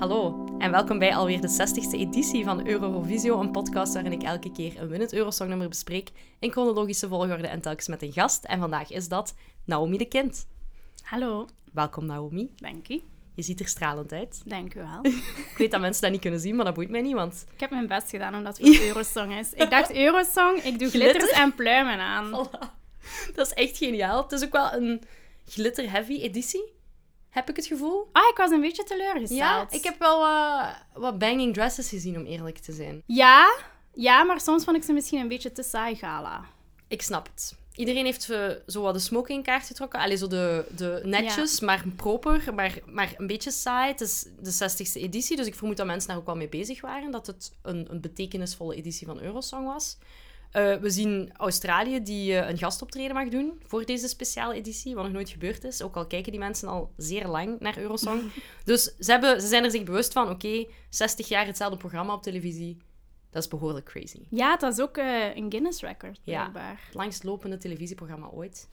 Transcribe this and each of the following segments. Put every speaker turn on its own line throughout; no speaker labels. Hallo en welkom bij alweer de 60ste editie van Eurovisio, een podcast waarin ik elke keer een winnend Eurosongnummer bespreek in chronologische volgorde en telkens met een gast. En vandaag is dat Naomi de Kind.
Hallo,
Welkom Naomi,
dank u.
je ziet er stralend uit.
Dank u wel.
Ik weet dat mensen dat niet kunnen zien, maar dat boeit mij niet, want
Ik heb mijn best gedaan omdat het voor Eurosong is. Ik dacht Eurosong, ik doe glitters
Glitter? Oh.
en pluimen aan.
Voilà. dat is echt geniaal. Het is ook wel een glitter-heavy editie, heb ik het gevoel.
Ah, ik was een beetje teleurgesteld.
ik heb wel eh, wat banging dresses gezien, om eerlijk te zijn.
Ja, ja, maar soms vond ik ze misschien een beetje te saai gala.
Ik snap het. Iedereen heeft eh, zo wat de smokingkaart getrokken. Allee, zo de, de netjes, maar proper, maar, maar een beetje saai. Het is de 60ste editie, dus ik vermoed dat mensen daar ook wel mee bezig waren. Dat het een, een betekenisvolle editie van Eurosong was. Eh, we zien Australië die eh, een gastoptreden mag doen voor deze speciale editie, wat nog nooit gebeurd is. Ook al kijken die mensen al zeer lang naar Eurosong. dus ze, hebben, ze zijn er zich bewust van, oké, 60 jaar hetzelfde programma op televisie. Dat is behoorlijk crazy
Ja, dat is ook eh, een Guinness record,
Ja.
blijkbaar.
het langstlopende televisieprogramma ooit.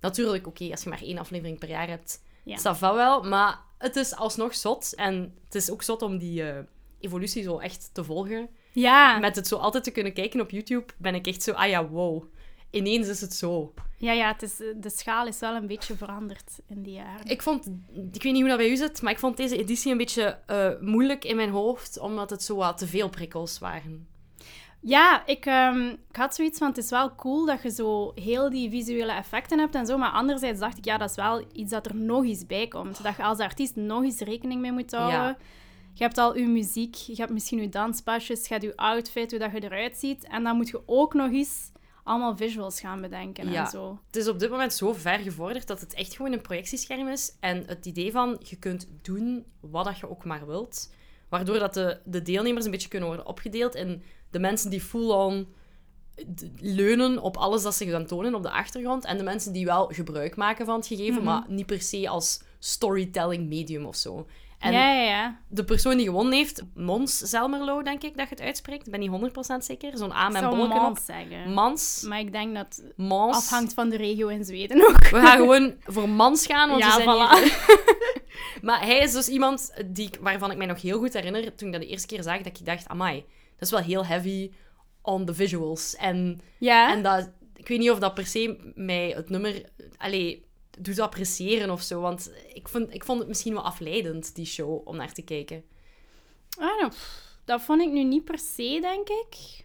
Natuurlijk, oké, als je maar één aflevering per jaar hebt,
Ja.
is dat van wel. Maar het is alsnog zot. En het is ook zot om die eh, evolutie zo echt te volgen.
Ja, ja.
Met het zo altijd te kunnen kijken op YouTube, ben ik echt zo, ah ja, wow. Ineens is het zo.
ja, het is, eh, de schaal is wel een beetje veranderd in die jaren.
Ik vond, ik weet niet hoe dat bij u zit, maar ik vond deze editie een beetje eh, moeilijk in mijn hoofd, omdat het zo wat te veel prikkels waren.
Ja, ik, ehm, ik had zoiets van, het is wel cool dat je zo heel die visuele effecten hebt en zo, maar anderzijds dacht ik, ja, dat is wel iets dat er nog eens bij komt. Dat je als artiest nog eens rekening mee moet houden.
Ja.
Je hebt al je muziek, je hebt misschien je danspasjes, je hebt je outfit, hoe dat je eruit ziet. En dan moet je ook nog eens allemaal visuals gaan bedenken
Ja.
en zo.
Het is op dit moment zo ver gevorderd dat het echt gewoon een projectiescherm is. En het idee van je kunt doen wat dat je ook maar wilt. Waardoor dat de, de deelnemers een beetje kunnen worden opgedeeld in de mensen die full-on d- leunen op alles dat ze gaan tonen op de achtergrond. En de mensen die wel gebruik maken van het gegeven, maar niet per se als storytelling medium of zo. En
Ja, ja, ja.
de persoon die gewonnen heeft, Mons Zelmerlo, denk ik dat je het uitspreekt. Ik ben niet 100% zeker. Zo'n A
Ik
met
zou
bolken op.
Mans zeggen.
Mans.
Maar ik denk dat het
Mons.
afhangt van de regio in Zweden ook.
We gaan gewoon voor mans gaan, want
Ja,
we zijn
voilà.
hier- Maar hij is dus iemand die, ik- waarvan ik mij nog heel goed herinner, toen ik dat de eerste keer zag, dat ik dacht, amai, dat is wel heel heavy on the visuals. En,
Ja.
en dat, ik weet niet of dat per se mij het nummer... Allee, doet appreciëren of zo, want ik vond, ik vond het misschien wel afleidend, die show, om naar te kijken.
I don't know. Pff, Dat vond ik nu niet per se, denk ik.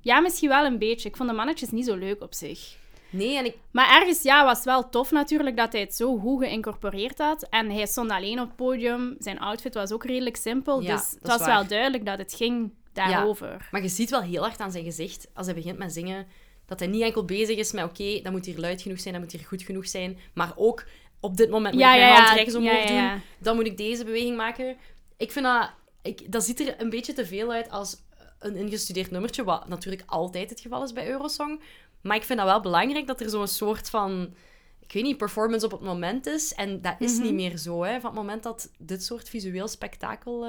Ja, misschien wel een beetje. Ik vond de mannetjes niet zo leuk op zich.
Nee, en ik...
Maar ergens, ja, was wel tof natuurlijk dat hij het zo goed geïncorporeerd had. En hij stond alleen op het podium. Zijn outfit was ook redelijk simpel.
Ja,
dus
dat
het
is
was
waar.
wel duidelijk dat het ging daarover.
Maar je ziet wel heel hard aan zijn gezicht, als hij begint met zingen, dat hij niet enkel bezig is met, oké, dat moet hier luid genoeg zijn, dat moet hier goed genoeg zijn, maar ook... Op dit moment moet
Ja,
ik
ja,
mijn
ja.
hand rechts omhoog
Ja, ja, ja.
doen. dan moet ik deze beweging maken. Ik vind dat... Ik, dat ziet er een beetje te veel uit als een ingestudeerd nummertje, wat natuurlijk altijd het geval is bij Eurosong. Maar ik vind dat wel belangrijk dat er zo'n soort van... Ik weet niet, performance op het moment is. En dat
Mhm.
is niet meer zo, hè. Van het moment dat dit soort visueel spektakel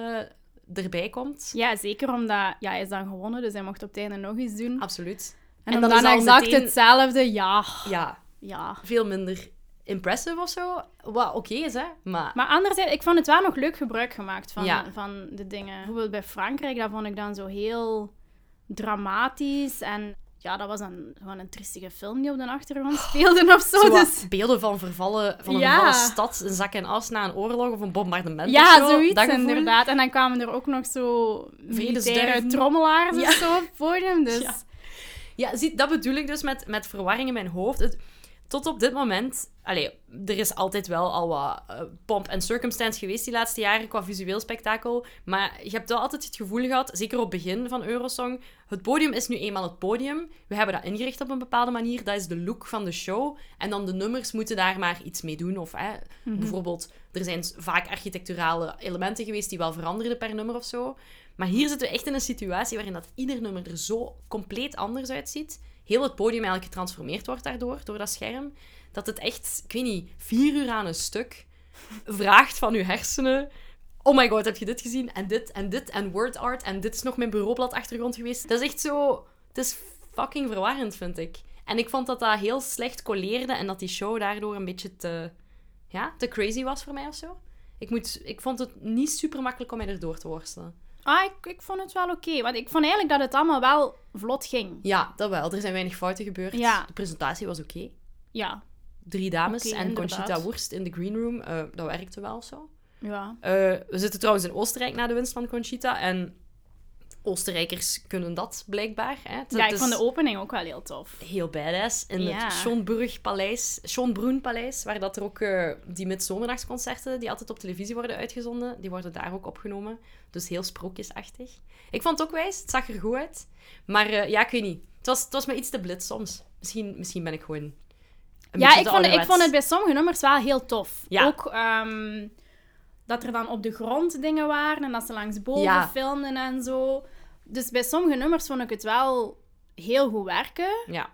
eh, erbij komt.
Ja, zeker omdat ja, hij is dan gewonnen, dus hij mocht op het einde nog iets doen.
Absoluut.
En,
en
dan,
dat is al
exact
meteen-
hetzelfde. Ja,
Ja,
ja.
veel minder impressive of zo. Wat oké is, hè. Maar
Maar anderzijds, ik vond het wel nog leuk gebruik gemaakt van,
Ja.
van de dingen. Bijvoorbeeld bij Frankrijk, dat vond ik dan zo heel dramatisch. En ja, dat was dan gewoon een triestige film die op de achtergrond speelde of zo.
Oh, zo wat
dus,
beelden van, vervallen, van een
Ja.
vervallen stad, een zak en as na een oorlog of een bombardement of
ja,
zo.
zoiets
dat gevoel.
inderdaad. En dan kwamen er ook nog zo militaire
Vredesduiven.
trommelaars
Ja.
of zo op het podium. Dus
Ja. Ja, zie, dat bedoel ik dus met, met verwarring in mijn hoofd. Het- tot op dit moment... Allee, er is altijd wel al wat eh, pomp en circumstance geweest die laatste jaren qua visueel spektakel. Maar je hebt wel altijd het gevoel gehad, zeker op het begin van Eurosong, het podium is nu eenmaal het podium. We hebben dat ingericht op een bepaalde manier. Dat is de look van de show. En dan de nummers moeten daar maar iets mee doen. Of hè, bijvoorbeeld, er zijn s- vaak architecturale elementen geweest die wel veranderden per nummer of zo. Maar hier zitten we echt in een situatie waarin dat ieder nummer er zo compleet anders uitziet. Heel het podium eigenlijk getransformeerd wordt daardoor, door dat scherm. Dat het echt, ik weet niet, vier uur aan een stuk vraagt van je hersenen. Oh my god, heb je dit gezien? En dit, en dit, en word art. En dit is nog mijn bureaublad achtergrond geweest. Dat is echt zo... Het is fucking verwarrend, vind ik. En ik vond dat dat heel slecht colleerde en dat die show daardoor een beetje te... Ja, te crazy was voor mij of zo. Ik, moet, ik vond het niet super makkelijk om mij erdoor te worstelen.
Ah, ik, ik vond het wel oké. Want ik vond eigenlijk dat het allemaal wel vlot ging.
Ja, dat wel. Er zijn weinig fouten gebeurd.
Ja.
De presentatie was oké.
Ja.
Drie dames
Oké,
en
inderdaad.
Conchita Wurst in de green room. eh, dat werkte wel of zo.
Ja.
Eh, we zitten trouwens in Oostenrijk na de winst van Conchita. En Oostenrijkers kunnen dat blijkbaar. Hè. Het-
Ja,
het
ik
is
vond de opening ook wel heel tof.
heel badass. In
Ja.
het Schonburg-paleis, Schonbroen-paleis, waar dat er ook eh, die midzomernachtsconcerten, die altijd op televisie worden uitgezonden, die worden daar ook opgenomen. Dus heel sprookjesachtig. Ik vond het ook wijs, het zag er goed uit. Maar eh, ja, ik weet niet. Het was, het was me iets te blitz soms. Misschien, misschien ben ik gewoon... een beetje
Ja, ik
te
vond, ik
ouderwets.
vond het bij sommige nummers wel heel tof.
Ja.
Ook ehm, dat er dan op de grond dingen waren en dat ze langs boven
Ja.
filmden en zo. Dus bij sommige nummers vond ik het wel heel goed werken.
Ja,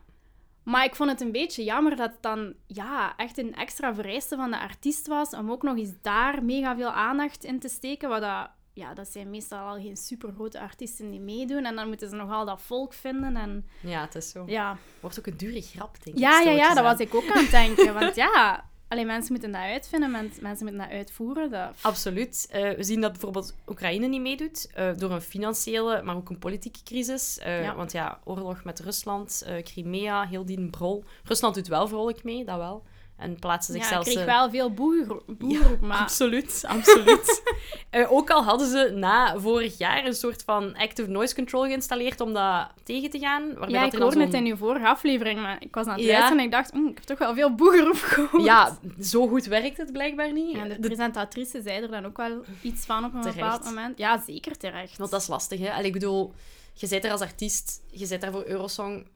Maar ik vond het een beetje jammer dat het dan ja, echt een extra vereiste van de artiest was om ook nog eens daar mega veel aandacht in te steken. Wat dat, ja, dat zijn meestal al geen super grote artiesten die meedoen. En dan moeten ze nogal dat volk vinden. En,
ja, het is zo.
ja.
Wordt ook een dure grap, denk ik.
Ja, ja, ja,
stilletjes
dat
aan.
was ik ook aan het denken. Want ja, alleen mensen moeten dat uitvinden, men- mensen moeten dat uitvoeren. Dat...
Absoluut. Eh, we zien dat bijvoorbeeld Oekraïne niet meedoet eh, door een financiële, maar ook een politieke crisis. Eh,
Ja.
Want ja, oorlog met Rusland, eh, Crimea, heel die brol. Rusland doet wel vrolijk mee, dat wel. En plaatsen
Ja, ik
zichzelf...
kreeg
eh,
wel veel boer, boer maar
Absoluut, absoluut. Eh, ook al hadden ze na vorig jaar een soort van active noise control geïnstalleerd om dat tegen te gaan. Waarbij
ja,
dat
ik
er dan
hoorde het
zo'n-
in uw vorige aflevering, maar ik was aan het
Ja.
luisteren en ik dacht, "Mm, ik heb toch wel veel boegeroep gehoord.
Ja, zo goed werkt het blijkbaar niet.
En de
De-
presentatrice zei er dan ook wel iets van op een
Terecht.
bepaald moment. Ja, zeker terecht.
Want dat is lastig, hè? Allee, ik bedoel, je zit er als artiest, je zit daar voor Eurosong.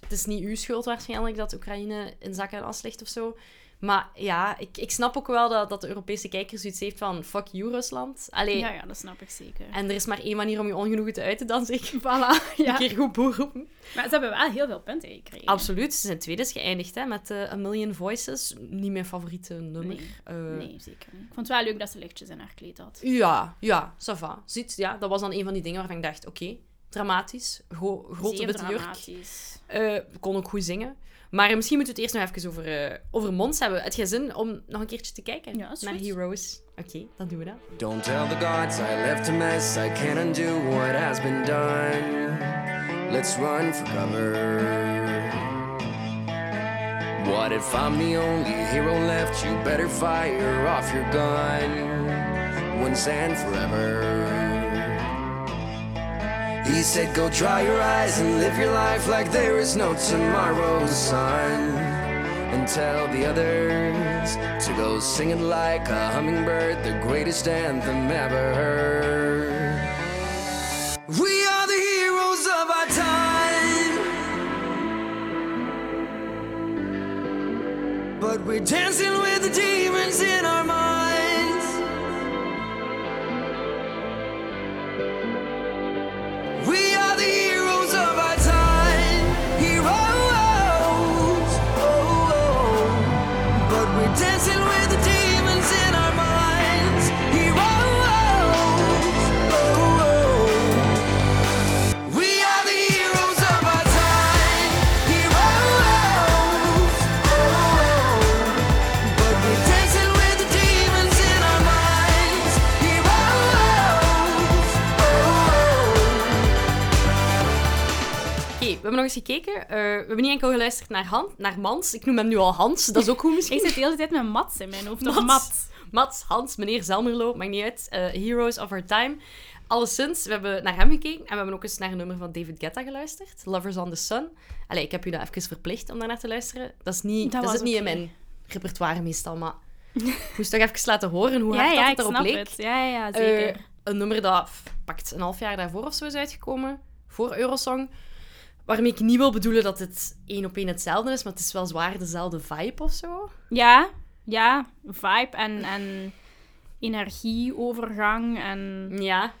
Het is niet uw schuld waarschijnlijk dat Oekraïne in zakken en as ligt of zo. Maar ja, ik, ik snap ook wel dat, dat de Europese kijker zoiets heeft van fuck you, Rusland. Allee,
Ja, ja, dat snap ik zeker.
en er is maar één manier om je ongenoegen te uiten, dan zeg ik
Voilà,
een
ja.
keer goed boer roepen.
Maar ze hebben wel heel veel punten gekregen.
Absoluut, ze zijn tweede is geëindigd hè, met eh, A Million Voices. Niet mijn favoriete nummer.
Nee,
Eh,
Nee, zeker niet. Ik vond het wel leuk dat ze lichtjes in haar kleed had.
Ja, ja, ça va. Ziet, ja, dat was dan een van die dingen waarvan ik dacht, oké, dramatisch, gro- grote
Zeer
witte jurk.
dramatisch.
Eh, kon ook goed zingen. Maar misschien moeten we het eerst nog even over, eh, over Mons hebben. Het jij zin om nog een keertje te kijken
Ja, is
naar
goed.
Heroes? Oké, dan doen we dat.
Don't tell the gods I left a mess. I can't undo what has been done. Let's run for cover. What if I'm the only hero left? You better fire off your gun. Once and forever. He said, Go dry your eyes and live your life like there is no tomorrow, sun and tell the others to go singing like a hummingbird, the greatest anthem ever heard. We are the heroes of our time, but we're dancing with the demons in our minds. We are the heroes of our time. Heroes. Oh, oh. But we're dancing with the demons in our minds. Heroes. Oh, oh. We are the heroes of our time. Heroes. Oh, oh. But we're dancing with the demons in our minds. Heroes. oh.
Oké, we hebben nog eens gekeken. Eh, we hebben niet enkel geluisterd naar, Han, naar Mans. Ik noem hem nu al Hans, dat is ook goed misschien.
Ik zit de hele tijd met Mats in mijn hoofd. Of
Mats.
Mats.
Mats, Hans, meneer Zelmerlo, maakt niet uit. Eh, Heroes of Our Time. Alleszins, we hebben naar hem gekeken en we hebben ook eens naar een nummer van David Guetta geluisterd. Lovers on the Sun. Allee, ik heb u dat even verplicht om daarnaar te luisteren. Dat is niet,
Dat
dat
was
zit niet in
oké.
mijn repertoire meestal, maar ik moest toch even laten horen hoe
Ja,
hard
ja,
dat
ik
het erop
snap
leek.
het. Ja, ja, zeker.
Eh, een nummer dat f- pakt een half jaar daarvoor of zo is uitgekomen, voor Eurosong. Waarmee ik niet wil bedoelen dat het één op één hetzelfde is, maar het is wel zwaar dezelfde vibe of zo.
Ja, ja. Vibe en, en energieovergang en...
Ja.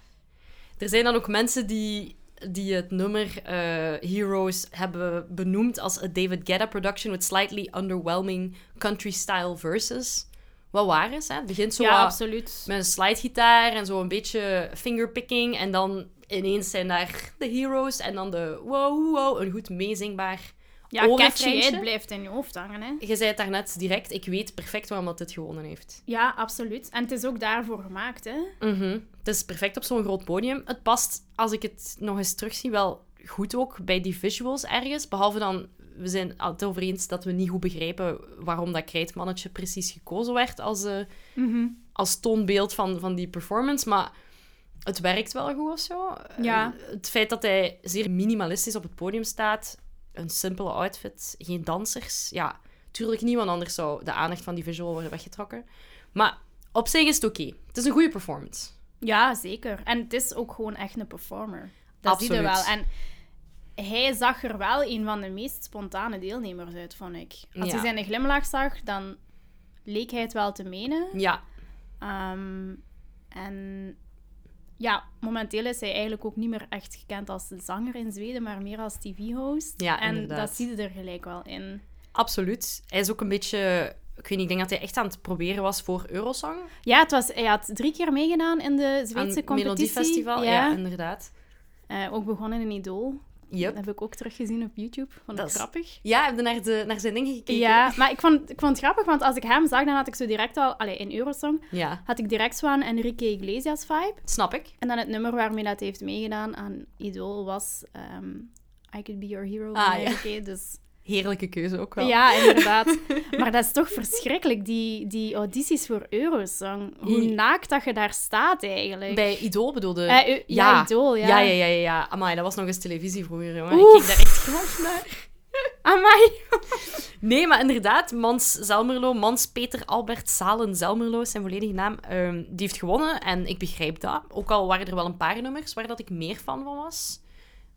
Er zijn dan ook mensen die, die het nummer eh, Heroes hebben benoemd als a David Guetta production with slightly underwhelming country-style verses. Wat waar is, hè? Het begint zo
ja,
wat
absoluut.
met een slidegitaar en zo een beetje fingerpicking. En dan ineens zijn daar de heroes en dan de wow, wow, een goed meezingbaar
Ja, catchy,
orenfreintje.
het blijft in je hoofd hangen, hè.
Je zei het daarnet direct, ik weet perfect waarom dat dit gewonnen heeft.
Ja, absoluut. En het is ook daarvoor gemaakt, hè.
Mhm. Het is perfect op zo'n groot podium. Het past, als ik het nog eens terugzie, wel goed ook bij die visuals ergens. Behalve dan, we zijn het over eens dat we niet goed begrijpen waarom dat krijtmannetje precies gekozen werd als, eh,
Mhm.
als toonbeeld van, van die performance. Maar het werkt wel goed of zo.
Ja.
Eh, Het feit dat hij zeer minimalistisch op het podium staat, een simpele outfit, geen dansers. Ja, tuurlijk niemand anders zou de aandacht van die visual worden weggetrokken. Maar op zich is het oké. Het is een goede performance.
Ja, zeker. En het is ook gewoon echt een performer. Dat zie je wel.
Absoluut.
En hij zag er wel een van de meest spontane deelnemers uit, vond ik. Als
Ja.
hij zijn glimlach zag, dan leek hij het wel te menen.
Ja,
Ehm, en ja, momenteel is hij eigenlijk ook niet meer echt gekend als zanger in Zweden, maar meer als tv-host.
Ja,
en
inderdaad.
dat zie je er gelijk wel in.
absoluut. Hij is ook een beetje... Ik weet niet, ik denk dat hij echt aan het proberen was voor Eurosong.
Ja, het was, hij had drie keer meegedaan in de
Aan
Zweedse
het
competitie.
Melodiefestival. Ja,
Ja.
inderdaad.
Eh, ook begonnen in Idol.
Yep.
Dat heb ik ook teruggezien op YouTube. Vond
Dat
ik
is
grappig.
Ja, heb je naar, de, naar zijn dingen gekeken?
Ja, maar ik vond, ik vond het grappig, want als ik hem zag, dan had ik zo direct al... Allee, in Eurosong
Ja,
had ik direct zo aan Enrique Iglesias vibe.
snap ik.
En dan het nummer waarmee dat hij heeft meegedaan aan Idol was... ehm, I Could Be Your Hero
Ah,
van
ja.
Enrique, dus...
Heerlijke keuze ook wel.
Ja, inderdaad. maar dat is toch verschrikkelijk, die, die audities voor Eurosong. Hoe
Ja.
naakt dat je daar staat, eigenlijk.
Bij Idol bedoelde...
Eh, eu- ja, Idol, ja.
Ja, ja, ja, ja. ja. Amai, dat was nog eens televisie vroeger, jongen. Ik
Oef.
keek daar echt graag naar.
Amai.
Nee, maar inderdaad, Mans Zelmerlo, Mans Peter Albert Salen Zelmerlo is zijn volledige naam, ehm, die heeft gewonnen. En ik begrijp dat. Ook al waren er wel een paar nummers waar dat ik meer fan van was.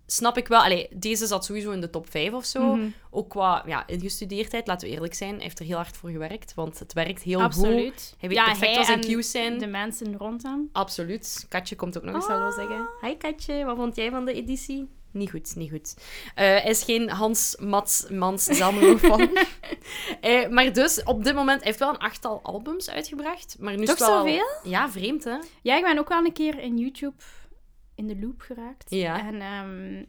Snap ik wel. Allee, deze zat sowieso in de top 5 of zo. Ook qua ja, ingestudeerdheid, laten we eerlijk zijn. Hij heeft er heel hard voor gewerkt, want het werkt heel goed.
Absoluut.
Hij weet perfect wat zijn
en
cues zijn.
de mensen rond hem.
Absoluut. Katje komt ook nog
Ah.
eens hallo zeggen. Hi Katje, wat vond jij van de editie? Niet goed, niet goed. Eh, hij is geen Hans Mats Mans Zelmerlo van. Eh, maar dus, op dit moment hij heeft wel een achttal albums uitgebracht. Maar nu is
Toch
het wel...
zoveel?
Ja, vreemd hè?
Ja, ik ben ook wel een keer in YouTube in de loop geraakt.
Ja.
En ehm,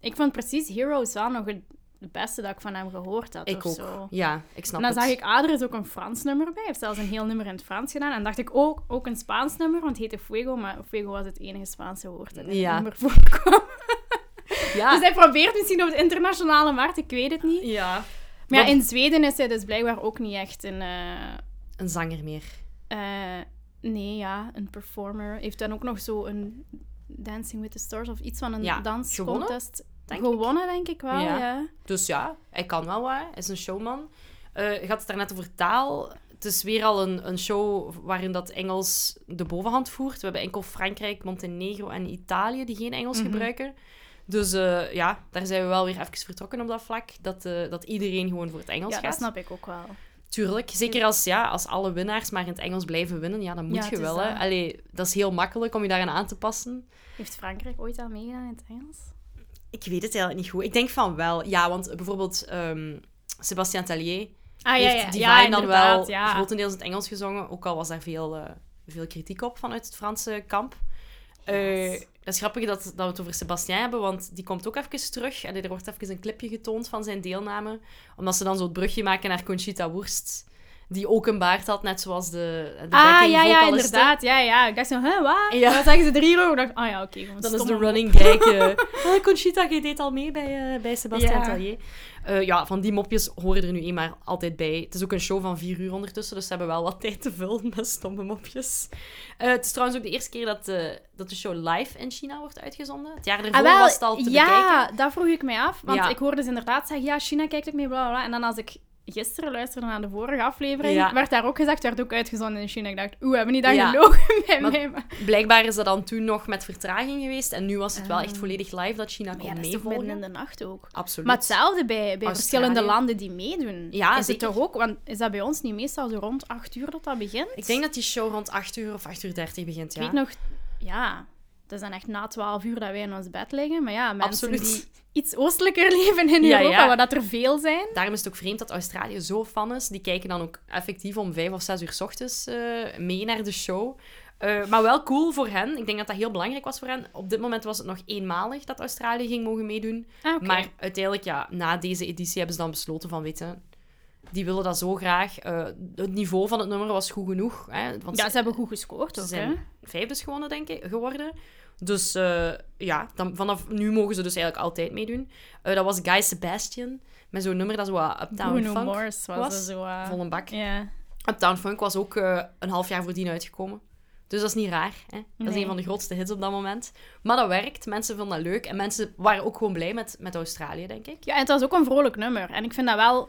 ik vond precies Heroes wel nog het het beste dat ik van hem gehoord had.
Ik
of
ook.
Zo.
Ja, Nou, ik snap
En dan
het.
zag ik, ah, er is ook een Frans nummer bij. Hij heeft zelfs een heel nummer in het Frans gedaan. En dacht ik, ook, ook een Spaans nummer, want het heette Fuego. Maar Fuego was het enige Spaanse woord dat in
Ja. Ah.
het nummer voorkwam.
Ja.
Dus hij probeert misschien op de internationale markt, ik weet het niet.
ja.
Maar ja,
Want-
in Zweden is hij dus blijkbaar ook niet echt een... eh,
Een zanger meer.
Eh, nee, ja, een performer. Heeft dan ook nog zo een Dancing with the Stars of iets van een
Ja,
danscontest
denk ik.
gewonnen, denk ik wel.
Ja.
Ja.
Dus ja, hij kan wel wat. Hij is een showman. Eh je had het daarnet over taal. Het is weer al een, een show waarin dat Engels de bovenhand voert. We hebben enkel Frankrijk, Montenegro en Italië die geen Engels gebruiken. Dus eh, ja, daar zijn we wel weer even vertrokken op dat vlak. Dat, eh, dat iedereen gewoon voor het Engels
Ja,
gaat.
dat snap ik ook wel.
Tuurlijk. Zeker als, ja, als alle winnaars maar in het Engels blijven winnen. Ja, dan
Ja,
moet
het
je
is
wel. Hè.
dat.
Allee, dat is heel makkelijk om je daaraan aan te passen.
Heeft Frankrijk ooit al meegedaan in het Engels?
Ik weet het eigenlijk niet goed. Ik denk van wel. Ja, want bijvoorbeeld ehm Sébastien Tellier...
Ah,
heeft Divine dan wel grotendeels in het Engels gezongen, ook al was daar veel, eh, veel kritiek op vanuit het Franse kamp. Eh,
Yes.
dat is grappig dat, dat we het over Sebastien hebben, want die komt ook even terug. En er wordt even een clipje getoond van zijn deelname. Omdat ze dan zo het brugje maken naar Conchita Wurst, die ook een baard had, net zoals de, de
Ah,
backing
ja, ja,
vocaliste.
inderdaad. Ja, ja. Ik dacht zo, hè, wat?
Ja.
Dan zeggen ze drie euro. Ik dacht, ah ja, oké. gewoon
Dat is de
stomme
running gag. eh. Ah, Conchita, je deed al mee bij, eh, bij Sebastien
Ja.
Tellier. Eh, ja, van die mopjes horen er nu eenmaal altijd bij. Het is ook een show van vier uur ondertussen, dus ze hebben wel wat tijd te vullen met stomme mopjes. Eh, het is trouwens ook de eerste keer dat, eh, dat de show live in China wordt uitgezonden. Het jaar daarvoor
Ah, wel,
was het al te
ja,
bekijken.
dat vroeg ik mij af. Want
Ja.
ik hoorde ze inderdaad zeggen, ja, China kijkt ook mee, bla, bla, bla. En dan als ik gisteren luisterde naar de vorige aflevering,
Ja.
werd daar ook gezegd, werd ook uitgezonden in China. Ik dacht, oeh, hebben we niet aan
Ja.
gelogen bij
Maar-
mij? Maar,
Blijkbaar is dat dan toen nog met vertraging geweest. En nu was het wel echt volledig live dat China
Maar Ah. ja,
kon
dat is toch midden in
meevolgen.
de nacht ook.
Absoluut.
Maar hetzelfde bij, bij
Australië.
verschillende landen die meedoen.
Ja,
is
zeker.
het toch ook? Want is dat bij ons niet meestal zo rond 8 uur dat dat begint?
Ik denk dat die show rond 8 uur of 8 uur 30 begint,
Ik
ja.
weet nog, ja, dat is dan echt na 12 uur dat wij in ons bed liggen. Maar ja, mensen
Absoluut.
die iets oostelijker leven in
Ja,
Europa,
ja.
waar dat er veel zijn.
Daarom is het ook vreemd dat Australië zo fan is. Die kijken dan ook effectief om vijf of zes uur 's ochtends eh, mee naar de show. Eh, Eh, maar wel cool voor hen. Ik denk dat dat heel belangrijk was voor hen. Op dit moment was het nog eenmalig dat Australië ging mogen meedoen.
Ah, oké.
Maar uiteindelijk, ja, na deze editie hebben ze dan besloten van, weet je, die willen dat zo graag. Eh, het niveau van het nummer was goed genoeg. Hè, want
ja,
ze-
ze hebben goed gescoord
ze
ook,
zijn
hè?
vijfdes gewonnen, denk ik, geworden. Dus eh, ja, dan, vanaf nu mogen ze dus eigenlijk altijd meedoen. Eh, dat was Guy Sebastian, met zo'n nummer dat zo wat Uptown
Bruno
Funk
Mars was,
was.
er zo... eh,
Vol een bak.
Ja.
Uptown Funk was ook eh, een half jaar voordien uitgekomen. Dus dat is niet raar. Hè? Dat is
Nee.
een van de grootste hits op dat moment. Maar dat werkt. Mensen vonden dat leuk. En mensen waren ook gewoon blij met, met Australië, denk ik.
ja, en het was ook een vrolijk nummer. En ik vind dat wel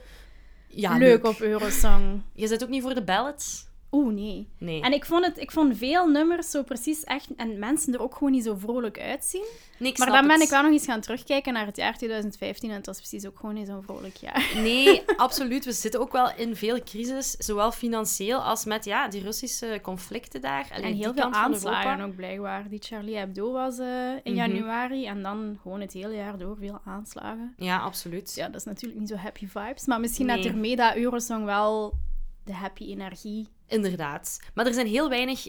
Ja,
leuk op Eurosong.
Je zit ook niet voor de ballads?
Oeh, nee.
Nee.
En ik vond, het, ik vond veel nummers zo precies echt... En mensen er ook gewoon niet zo vrolijk uitzien.
Nee, ik
Maar
snap
dan ben
het.
ik wel nog eens gaan terugkijken naar het jaar 2015. En het was precies ook gewoon niet zo'n vrolijk jaar.
Nee, absoluut. We zitten ook wel in veel crisis. Zowel financieel als met ja, die Russische conflicten daar. Allee,
En
die
heel veel
kant van Europa.
aanslagen ook blijkbaar. Die Charlie Hebdo was eh,
Mhm.
in januari en dan gewoon het hele jaar door veel aanslagen.
Ja, absoluut.
Ja, dat is natuurlijk niet zo happy vibes, maar misschien
Nee.
had ermee dat Eurosong wel de happy energie.
Inderdaad. Maar er zijn heel weinig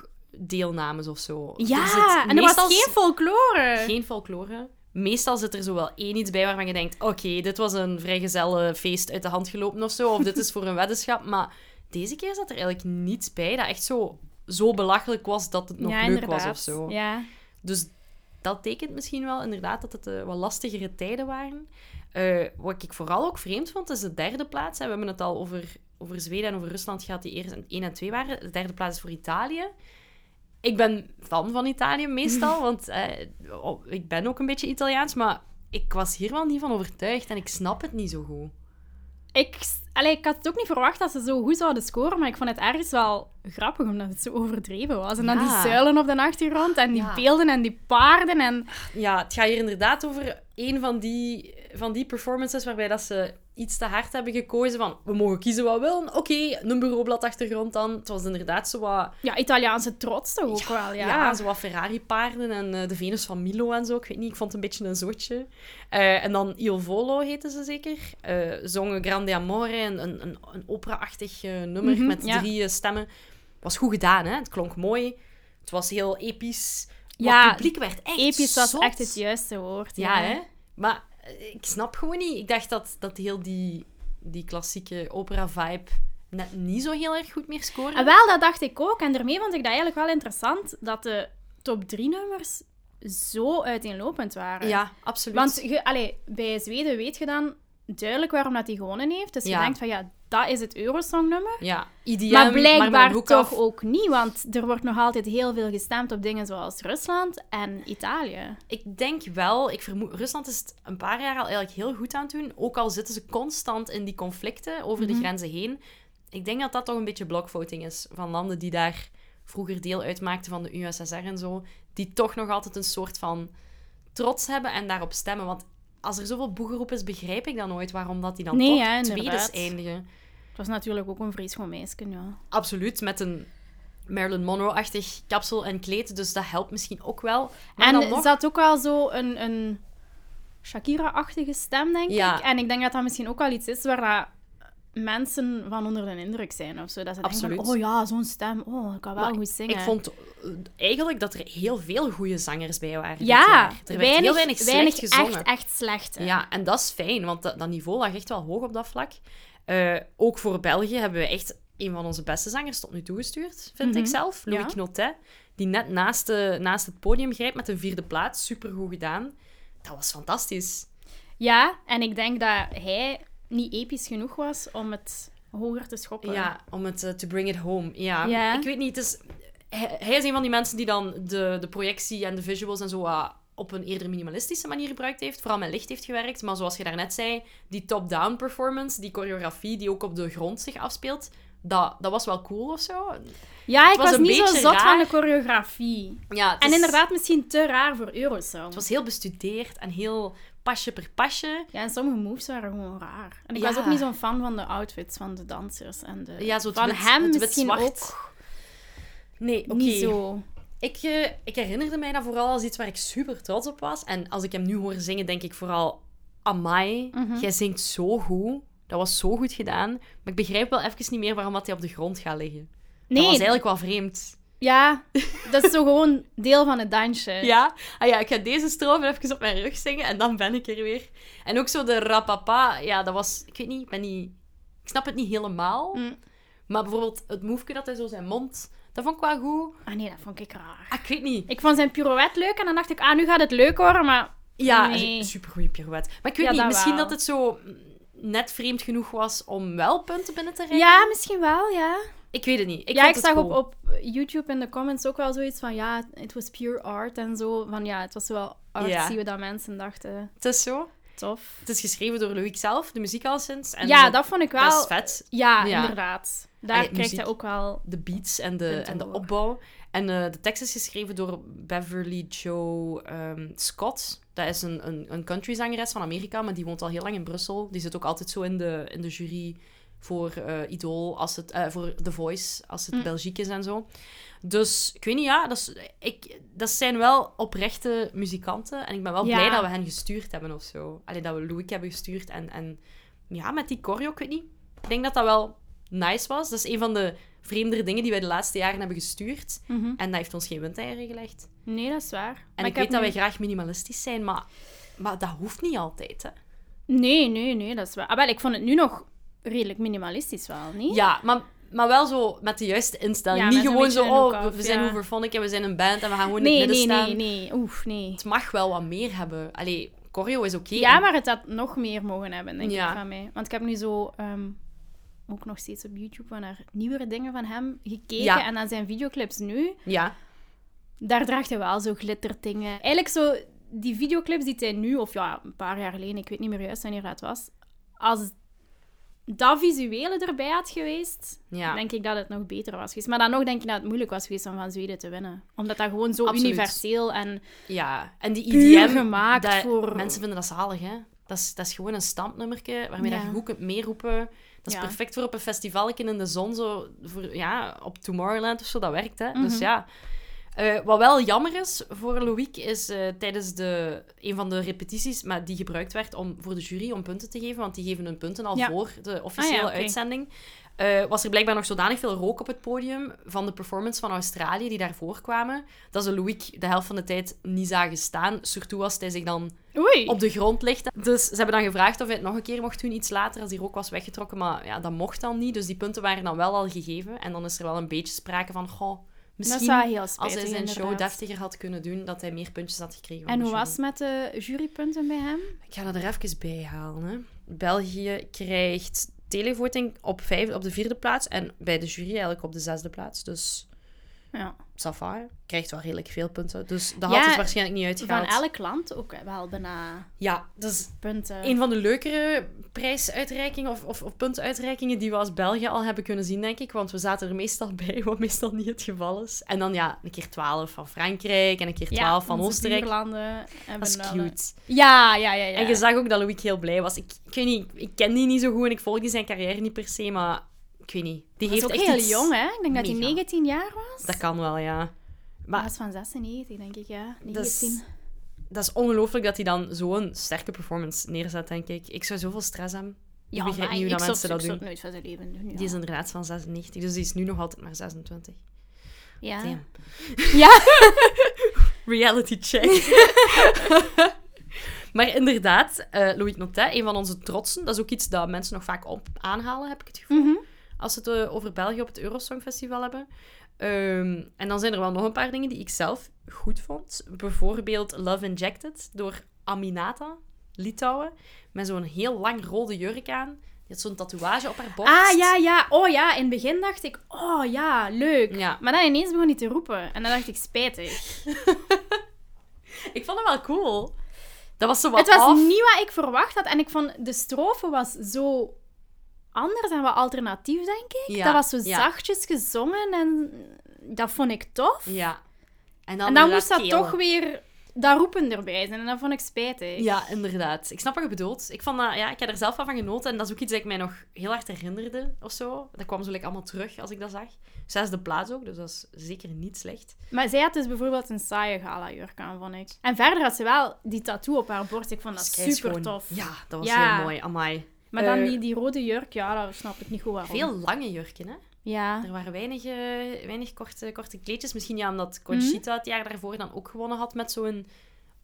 joke-deelnames of zo.
Ja,
zit
en er was
meestal
geen folklore.
geen folklore. Meestal zit er zo wel één iets bij waarvan je denkt: oké, dit was een vrijgezellenfeest uit de hand gelopen of zo, of dit is voor een weddenschap. Maar deze keer zat er eigenlijk niets bij dat echt zo, zo belachelijk was dat het nog
ja,
leuk
inderdaad.
was of zo.
Ja.
Dus dat tekent misschien wel inderdaad dat het eh, wat lastigere tijden waren. Eh, wat ik vooral ook vreemd vond, is de derde plaats. Hè. We hebben het al over, over Zweden en over Rusland gehad, die eerst 1 en 2 waren. De derde plaats is voor Italië. Ik ben fan van Italië meestal, want eh, oh, ik ben ook een beetje Italiaans, maar ik was hier wel niet van overtuigd en ik snap het niet zo goed.
Ik, allee, ik had het ook niet verwacht dat ze zo goed zouden scoren, maar ik vond het ergens wel grappig omdat het zo overdreven was. En dan die
Ja.
zuilen op de achtergrond en die
Ja.
beelden en die paarden en...
Ja, het gaat hier inderdaad over een van die, van die performances waarbij dat ze iets te hard hebben gekozen van we mogen kiezen wat we willen. Oké, een bureaublad achtergrond dan. Het was inderdaad zo wat,
Ja, Italiaanse trots toch ook wel,
ja. zo wat Ferrari-paarden en eh, de Venus van Milo en zo. Ik weet niet, ik vond het een beetje een zootje. Eh, en dan Il Volo heette ze zeker. Eh, zongen Grande Amore, een, een, een- een opera-achtig eh, nummer
Mhm,
met
ja.
drie eh, stemmen. Was goed gedaan, hè? Het klonk mooi. Het was heel episch. Maar
Ja,
het publiek werd echt
Episch was
zot.
echt het juiste woord.
Ja, hè? Maar eh, ik snap gewoon niet. Ik dacht dat, dat heel die, die klassieke opera-vibe net niet zo heel erg goed meer scoorde.
En wel, dat dacht ik ook. En daarmee vond ik dat eigenlijk wel interessant dat de top drie nummers zo uiteenlopend waren.
Ja, absoluut.
Want je, allee, bij Zweden weet je dan duidelijk waarom dat hij gewonnen heeft. Dus
Ja.
je denkt van ja, dat is het Eurosong-nummer.
ja, IDM,
maar blijkbaar
Marmeladehoek
toch
af.
ook niet, want er wordt nog altijd heel veel gestemd op dingen zoals Rusland en Italië.
Ik denk wel, ik vermoed, Rusland is het een paar jaar al eigenlijk heel goed aan het doen. Ook al zitten ze constant in die conflicten over
Mhm.
de grenzen heen. Ik denk dat dat toch een beetje blokvoting is van landen die daar vroeger deel uitmaakten van de USSR en zo. Die toch nog altijd een soort van trots hebben en daarop stemmen. Want als er zoveel boegeroep is, begrijp ik dan nooit waarom dat die dan
Nee,
toch
ja,
tweede
inderdaad.
eindigen.
Het was natuurlijk ook een vrees meisje, ja.
Absoluut, met een Marilyn Monroe-achtig kapsel en kleed. Dus dat helpt misschien ook wel. Maar
En
dan
er
nog-
zat ook wel zo een, een Shakira-achtige stem, denk
Ja.
ik. En ik denk dat dat misschien ook wel iets is waar dat mensen van onder de indruk zijn of zo. Dat ze denken
Absoluut.
van, oh ja, zo'n stem, oh, ik kan wel
Maar
goed zingen.
Ik vond eh, eigenlijk dat er heel veel goede zangers bij waren. dit
ja,
jaar. er werd
weinig,
heel weinig slecht
weinig
gezongen.
echt, echt slecht. hè.
Ja, en dat is fijn, want dat, dat niveau lag echt wel hoog op dat vlak. Eh, ook voor België hebben we echt een van onze beste zangers tot nu toe gestuurd, vind ik
Mhm.
zelf. Louis
Ja.
Knotet, die net naast, de, naast het podium grijpt met een vierde plaats. Supergoed gedaan. Dat was fantastisch.
Ja, en ik denk dat hij niet episch genoeg was om het hoger te schoppen.
Ja, om het eh, te bring it home. Ja.
Ja.
ik weet niet. Het is, hij, hij is een van die mensen die dan de, de projectie en de visuals en zo wat op een eerder minimalistische manier gebruikt heeft. Vooral met licht heeft gewerkt. Maar zoals je daarnet zei, die top-down performance, die choreografie die ook op de grond zich afspeelt, dat, dat was wel cool of zo.
Ja, ik
was
was,
een
niet zo
beetje
zot van
raar. Dus-
de choreografie.
Ja, het
En
is-
inderdaad misschien te raar voor Eurosong.
Het was heel bestudeerd en heel pasje per pasje.
Ja, en sommige moves waren gewoon raar. En ik
Ja.
was ook niet zo'n fan van de outfits van de dansers. En de...
Ja, zo het
van
wit-
hem
het
misschien
wit-zwart.
ook
Nee, oké.
niet zo.
Ik, eh, ik herinnerde mij dat vooral als iets waar ik super trots op was. En als ik hem nu hoor zingen, denk ik vooral... Amai,
Mhm.
jij zingt zo goed. Dat was zo goed gedaan. Maar ik begrijp wel even niet meer waarom dat hij op de grond gaat liggen. Dat was
Nee,
eigenlijk wel vreemd.
Ja, dat is zo gewoon deel van het dansje.
Ja? Ah ja, ik ga deze strofe even op mijn rug zingen en dan ben ik er weer. En ook zo de rapapa, ja, dat was... Ik weet niet, ik ben niet... Ik snap het niet helemaal.
Mm.
Maar bijvoorbeeld het moefje dat hij zo zijn mond... Dat vond ik wel goed.
Ah nee, dat vond ik raar.
Ah, ik weet niet.
Ik vond zijn pirouette leuk en dan dacht ik, ah, nu gaat het leuk worden, maar...
Ja,
Nee.
een supergoeie pirouette. Maar ik weet
Ja,
niet,
dat
misschien
wel.
dat het zo net vreemd genoeg was om wel punten binnen te rijden.
Ja, misschien wel, ja.
Ik weet het niet. Ik
ja,
vond
ik
het
zag
cool.
op, op YouTube in de comments ook wel zoiets van, ja, het was pure art en zo. Van ja, het was wel
Ja.
artsy we wat dat mensen dachten.
Het is zo.
Tof.
Het is geschreven door Loïc zelf, de muziek al sinds. En
ja,
de-
dat vond ik wel...
dat is vet.
Ja,
Ja.
inderdaad. Daar
Allee,
krijgt hij
muziek.
ook wel...
De beats en de,
Punten
en de
voor.
opbouw. En eh, de tekst is geschreven door Beverly Joe ehm, Scott. Dat is een, een, een countryzangeres van Amerika, maar die woont al heel lang in Brussel. Die zit ook altijd zo in de, in de jury voor eh Idol, als het, eh, voor The Voice, als het
Mm.
Belgiek is en zo. Dus ik weet niet, ja, dat, is, ik, dat zijn wel oprechte muzikanten. En ik ben wel
Ja.
blij dat we hen gestuurd hebben of zo. Alleen dat we Louis hebben gestuurd. En, en ja, met die choreo, ik weet niet. Ik denk dat dat wel nice was. Dat is een van de vreemdere dingen die wij de laatste jaren hebben gestuurd.
Mhm.
En dat heeft ons geen windeieren gelegd.
Nee, dat is waar.
En
En
ik, weet dat wij graag minimalistisch zijn, maar, maar dat hoeft niet altijd, hè.
Nee, nee, nee, dat is waar. Ah, wel, ik vond het nu nog redelijk minimalistisch wel, niet?
Ja, maar, maar wel zo met de juiste instelling.
Ja,
niet
met een
gewoon
beetje
zo,
een
oh, we,
look-off,
we zijn
ja.
overfonic en we zijn een band en we gaan gewoon in
nee,
het midden
nee,
staan.
nee, nee. Oef, nee.
Het mag wel wat meer hebben. Allee, choreo is oké.
Ja, maar het had nog meer mogen hebben, denk
Ja.
ik, van mij. Want ik heb nu zo ehm, ook nog steeds op YouTube wel naar nieuwere dingen van hem gekeken.
Ja.
En aan zijn videoclips nu,
Ja,
daar draagt hij wel zo glitterdingen. Eigenlijk zo die videoclips die hij nu, of ja, een paar jaar geleden, ik weet niet meer juist wanneer dat was. Als dat visuele erbij had geweest,
ja.
denk ik dat het nog beter was geweest. Maar dan nog denk ik dat het moeilijk was geweest om van Zweden te winnen. Omdat dat gewoon zo
Absoluut.
universeel en...
ja. En die
Puur
IDM,
gemaakt
dat-
voor-
mensen vinden dat zalig, hè. Dat is, dat is gewoon een stampnummerke waarmee dat
Ja.
je goed kunt meeroepen. Dat is
Ja.
perfect voor op een festivalje in de zon, zo voor, ja, op Tomorrowland of zo, dat werkt, hè. Dus
Mhm.
ja. Eh, wat wel jammer is voor Loïc, is eh, tijdens de, een van de repetities maar die gebruikt werd om, voor de jury om punten te geven, want die geven hun punten al
Ja.
voor de officiële
oké.
uitzending, eh, was er blijkbaar nog zodanig veel rook op het podium van de performance van Australië die daarvoor kwamen, dat ze Loïc de helft van de tijd niet zagen staan, surtout als hij zich dan
Oei!
op de grond ligt. Dus ze hebben dan gevraagd of hij het nog een keer mocht doen, iets later, als die rook was weggetrokken. Maar ja, dat mocht dan niet. Dus die punten waren dan wel al gegeven. En dan is er wel een beetje sprake van, goh,
dat
misschien
is wel heel
als
spijtig,
hij zijn show
inderdaad.
deftiger had kunnen doen, dat hij meer puntjes had gekregen. van
En
de
hoe
jury.
was het met de jurypunten bij hem?
Ik ga dat er even bij halen. Hè. België krijgt televoting op, vijf, op de vierde plaats en bij de jury eigenlijk op de zesde plaats. Dus
Ja.
Safar krijgt wel redelijk veel punten. Dus dat
Ja,
had het waarschijnlijk niet
Van
uitgehaald.
elk land ook wel bijna
Ja, dus
punten.
een van de leukere prijsuitreikingen of, of, of puntenuitreikingen die we als België al hebben kunnen zien, denk ik. Want we zaten er meestal bij, wat meestal niet het geval is. En dan ja, een keer 12 van Frankrijk en een keer 12 van
onze
Oostenrijk.
buurlanden
Dat
hebben
is
wel-
cute.
Ja, ja, ja. ja.
En je zag ook dat Loïc heel blij was. Ik, ik weet niet, ik ken die niet zo goed en ik volg die zijn carrière niet per se, maar ik weet niet. Die
Hij is
heeft
ook
echt
heel
iets-
jong, hè? Ik denk dat hij
Mega.
19 jaar was.
Dat kan wel, ja.
Maar...
Maar
Hij is van 96, denk ik, ja.
dat
19.
is, dat is ongelooflijk dat hij dan zo'n sterke performance neerzet, denk ik. Ik zou zoveel stress hebben. Ik
ja,
begrijp
maar
niet hoe dat
ik
mensen dat
zou- ik
doen.
zou het nooit van zijn leven doen. Ja.
Die is inderdaad van 96, dus die is nu nog altijd maar 26.
ja.
Damn.
Ah. Ja.
Reality check. maar inderdaad, eh Loïc Notet, een van onze trotsen, dat is ook iets dat mensen nog vaak op aanhalen, heb ik het gevoel.
Mhm.
als we het eh, over België op het Eurosongfestival hebben. Ehm, en dan zijn er wel nog een paar dingen die ik zelf goed vond. Bijvoorbeeld Love Injected door Aminata, Litouwen, met zo'n heel lang rode jurk aan. Die had zo'n tatoeage op haar borst.
Ah, ja, ja. Oh ja, in het begin dacht ik, oh ja, leuk.
Ja.
Maar dan ineens begon hij te roepen. En dan dacht ik, spijtig.
Ik vond hem wel cool. Dat was zo wat
het was
af.
niet wat ik verwacht had. En ik vond, de strofe was zo anders en wat alternatief, denk ik.
Ja,
dat was zo
ja,
zachtjes gezongen en dat vond ik tof.
Ja. dan,
en dan moest
inderdaad
dat
gele.
toch weer dat roepen erbij zijn en dat vond ik spijtig.
Ja, inderdaad. Ik snap wat je bedoelt. Ik, vond dat, ja, ik heb er zelf wel van genoten. En dat is ook iets dat ik mij nog heel hard herinnerde of zo. Dat kwam zo like, allemaal terug als ik dat zag. Zesde plaats ook, dus dat is zeker niet slecht.
Maar zij had dus bijvoorbeeld een saaie gala-jurk aan, vond ik. En verder had ze wel die tattoo op haar borst. Ik vond dat
Dus kei
super
schoon.
tof.
Ja, dat was
Ja.
heel mooi. Amai.
Maar dan
Eh,
die, die rode jurk, ja, daar snap ik niet goed waarom.
Veel lange jurken, hè?
Ja.
Er waren weinig, eh, weinig korte, korte kleedjes. Misschien ja, omdat Conchita
Mhm.
het jaar daarvoor dan ook gewonnen had met zo'n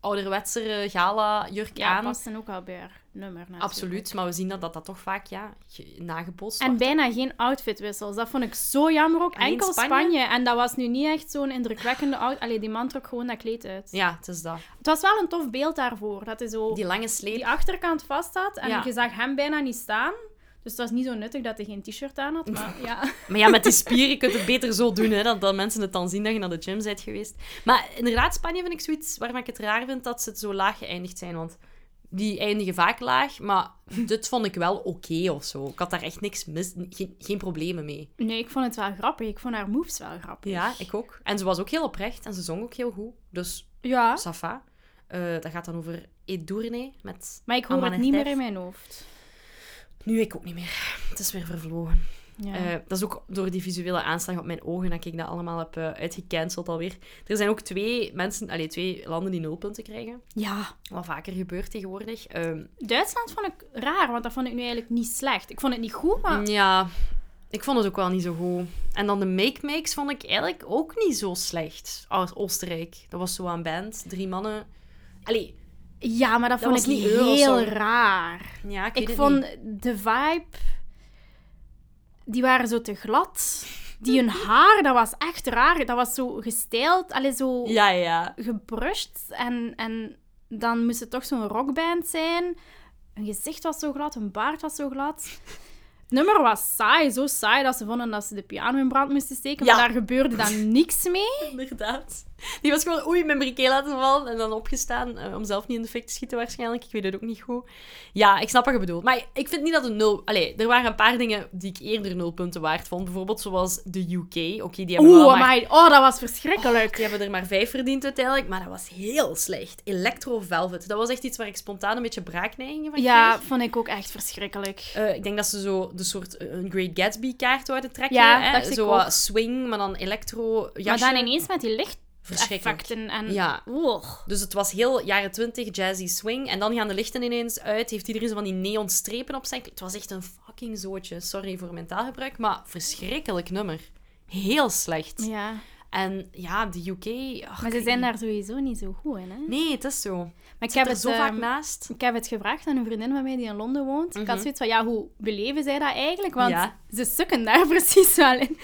ouderwetsere gala-jurk
Ja,
aan.
past dan ook al bij haar nummer natuurlijk.
Absoluut, maar we zien dat dat, dat toch vaak ja, ge- nagebootst
En
wordt.
bijna geen outfitwissels. Dat vond ik zo jammer ook.
Alleen
Enkel
Spanje?
Spanje. En dat was nu niet echt zo'n indrukwekkende outfit. Allee, die man trok gewoon dat kleed uit.
Ja, het is dat.
Het was wel een tof beeld daarvoor. Dat hij zo
Die
die,
lange sleep.
achterkant vast had. En
Ja.
je zag hem bijna niet staan. Dus het was niet zo nuttig dat hij geen t-shirt aan had. Maar ja.
Maar ja, met die spieren kun je het beter zo doen, hè, dat, dat mensen het dan zien dat je naar de gym bent geweest. Maar inderdaad, Spanje vind ik zoiets waarvan ik het raar vind dat ze het zo laag geëindigd zijn. Want die eindigen vaak laag, maar dit vond ik wel oké of zo. Ik had daar echt niks mis, geen, geen problemen mee.
Nee, ik vond het wel grappig. Ik vond haar moves wel grappig.
Ja, ik ook. En ze was ook heel oprecht en ze zong ook heel goed. Dus
Ja.
Safa. Eh, dat gaat dan over Edurne met...
Maar ik hoor het
Amanatef.
niet meer in mijn hoofd.
Nu ik ook niet meer. Het is weer vervlogen.
Ja.
Eh, dat is ook door die visuele aanslag op mijn ogen dat ik dat allemaal heb eh, uitgecanceld alweer. Er zijn ook twee mensen, allee, twee landen die nulpunten krijgen.
ja.
Wat vaker gebeurt tegenwoordig. Ehm,
Duitsland vond ik raar, want dat vond ik nu eigenlijk niet slecht. Ik vond het niet goed, maar...
Ja, ik vond het ook wel niet zo goed. En dan de make-makes vond ik eigenlijk ook niet zo slecht. Als Oostenrijk. Dat was zo aan band. Drie mannen. Allee,
Ja, maar dat,
Dat
vond ik
was niet
heel
Eurosong.
raar.
ja, ik, weet
Ik
het
vond
niet.
de vibe... Die waren zo te glad. Die hun haar, dat was echt raar. Dat was zo gestyled, allee, zo
Ja, ja.
gebrushed. En, en dan moest het toch zo'n rockband zijn. Hun gezicht was zo glad, hun baard was zo glad. Het nummer was saai, zo saai dat ze vonden dat ze de piano in brand moesten steken.
Ja.
Maar daar gebeurde dan niks mee.
Inderdaad. Die was gewoon, oei, mijn briquet laten vallen en dan opgestaan eh, om zelf niet in de fik te schieten waarschijnlijk. Ik weet het ook niet goed. Ja, ik snap wat je bedoelt. Maar ik vind niet dat een nul... Allee, er waren een paar dingen die ik eerder nul punten waard vond. Bijvoorbeeld zoals de UK. Oké, die hebben wel
Oeh,
maar...
amai. Oh, dat was verschrikkelijk.
Die hebben er maar vijf verdiend uiteindelijk, maar dat was heel slecht. Electro Velvet, dat was echt iets waar ik spontaan een beetje braakneigingen van
Ja,
kreeg.
vond ik ook echt verschrikkelijk.
Eh, ik denk dat ze zo de soort eh, een Great Gatsby-kaart zouden trekken.
Ja,
hè?
dacht ik
zo
ook.
wat swing, maar dan electro
maar
jasje.
dan ineens met die
Verschrikkelijk.
lichteffecten en...
Ja.
Oeh.
Dus het was heel jaren 20 jazzy swing. En dan gaan de lichten ineens uit. Heeft iedereen zo van die neonstrepen op zijn... kle- Het was echt een fucking zootje. Sorry voor mentaal gebruik, maar verschrikkelijk nummer. Heel slecht.
Ja.
En ja, de UK... ach,
Maar
ik weet
ze zijn
niet.
daar sowieso niet zo goed in, hè?
Nee, het is zo.
Maar ik
Ik heb er zo vaak
ehm,
naast.
Ik heb het gevraagd aan een vriendin van mij die in Londen woont. Ik had zoiets van, ja, hoe beleven zij dat eigenlijk? Want
Mhm. Ja.
ze sukken daar precies wel in.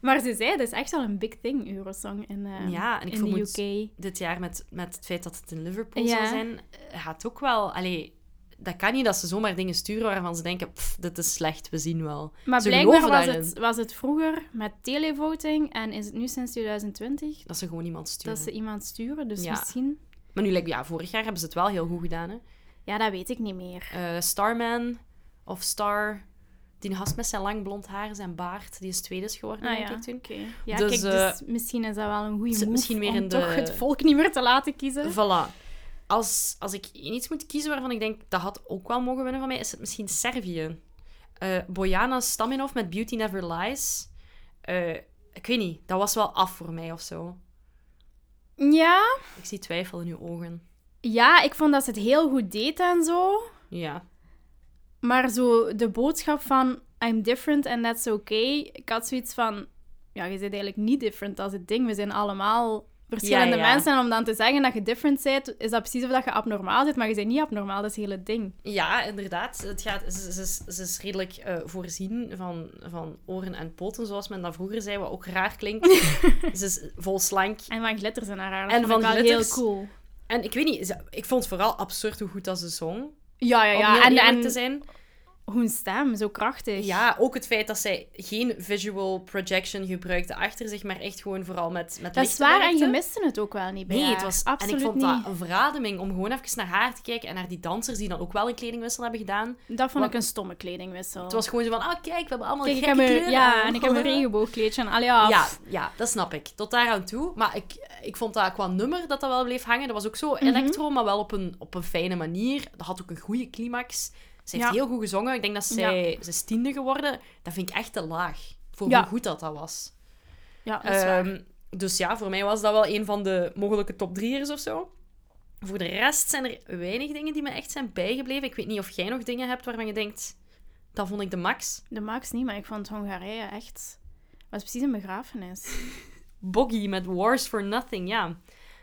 Maar ze zei, dat is echt wel een big thing, Eurosong, in, eh,
Ja, en ik
in de
vermoed-
UK.
dit jaar met, met het feit dat het in Liverpool
Ja.
zou zijn, eh, gaat ook wel. Allee, dat kan niet dat ze zomaar dingen sturen waarvan ze denken: "Pff, dit is slecht, we zien wel.
Maar
ze
blijkbaar
geloven
was
daarin.
het, was het vroeger met televoting en is het nu sinds 2020
Dat ze gewoon iemand sturen.
dat ze iemand sturen. Dus
Ja.
misschien...
Maar nu, like, ja, vorig jaar hebben ze het wel heel goed gedaan. Hè?
Ja, dat weet ik niet meer.
Eh, Starman of Star, die gast met zijn lang blond haar, zijn baard, die is tweede is geworden,
Ah,
denk
ja.
ik toen.
Oké. Ja,
Dus,
kijk,
eh,
dus misschien is dat wel een goede
ze-
move
misschien weer
om
in de-
toch het volk niet meer te laten kiezen.
Voilà. Als, als ik één iets moet kiezen waarvan ik denk dat had ook wel mogen winnen van mij, is het misschien Servië. Eh, Bojana Staminov met Beauty Never Lies. Eh, ik weet niet, dat was wel af voor mij of zo.
Ja.
Ik zie twijfel in uw ogen.
ja, ik vond dat ze het heel goed deed en zo.
Ja.
Maar zo de boodschap van I'm different and that's okay. Ik had zoiets van, ja, je bent eigenlijk niet different als het ding. We zijn allemaal verschillende
Ja, ja.
mensen. En om dan te zeggen dat je different bent, is dat precies of dat je abnormaal bent. Maar je bent niet abnormaal, dat is het hele ding.
Ja, inderdaad. Het gaat, ze, ze, is- ze is redelijk eh, voorzien van, van oren en poten, zoals men dat vroeger zei, wat ook raar klinkt. ze is vol slank.
En van glitters en haar haar. Dat
En van
vond ik wel
glitters.
heel cool.
En ik weet niet, ze- ik vond het vooral absurd hoe goed dat ze zong.
Ja, ja,
om
ja.
heel
En,
eerlijk
en
te zijn.
hun stem, zo krachtig.
Ja, ook het feit dat zij geen visual projection gebruikte achter zich, maar echt gewoon vooral met met
Dat is
lichten
waar, en
werkte.
je miste het ook wel niet bij
Nee, het
haar.
was
absoluut
En ik vond
niet.
dat een verademing om gewoon even naar haar te kijken en naar die dansers die dan ook wel een kledingwissel hebben gedaan.
Dat vond
Wat-
ik een stomme kledingwissel.
Het was gewoon zo van, ah kijk, we hebben allemaal
Kijk, ik
gekke
heb een,
kleuren
ja,
aan.
en ik heb een regenboogkleedje en allee, ja,
Ja,
pff,
ja, dat snap ik. Tot daar aan toe. Maar ik, ik vond dat qua nummer dat dat wel bleef hangen. Dat was ook
Mhm.
zo electro, maar wel op een, op een fijne manier. Dat had ook een goede climax. Ze heeft
Ja.
heel goed gezongen. Ik denk dat zij, ze is tiende geworden. Dat vind ik echt te laag. Voor
Ja.
hoe goed dat dat was.
ja, dat is waar.
Ehm, dus ja, voor mij was dat wel een van de mogelijke top drieërs of zo. Voor de rest zijn er weinig dingen die me echt zijn bijgebleven. Ik weet niet of jij nog dingen hebt waarvan je denkt, dat vond ik de max.
De Max niet, maar ik vond Hongarije echt was precies een begrafenis.
Boggy met Wars for Nothing, ja.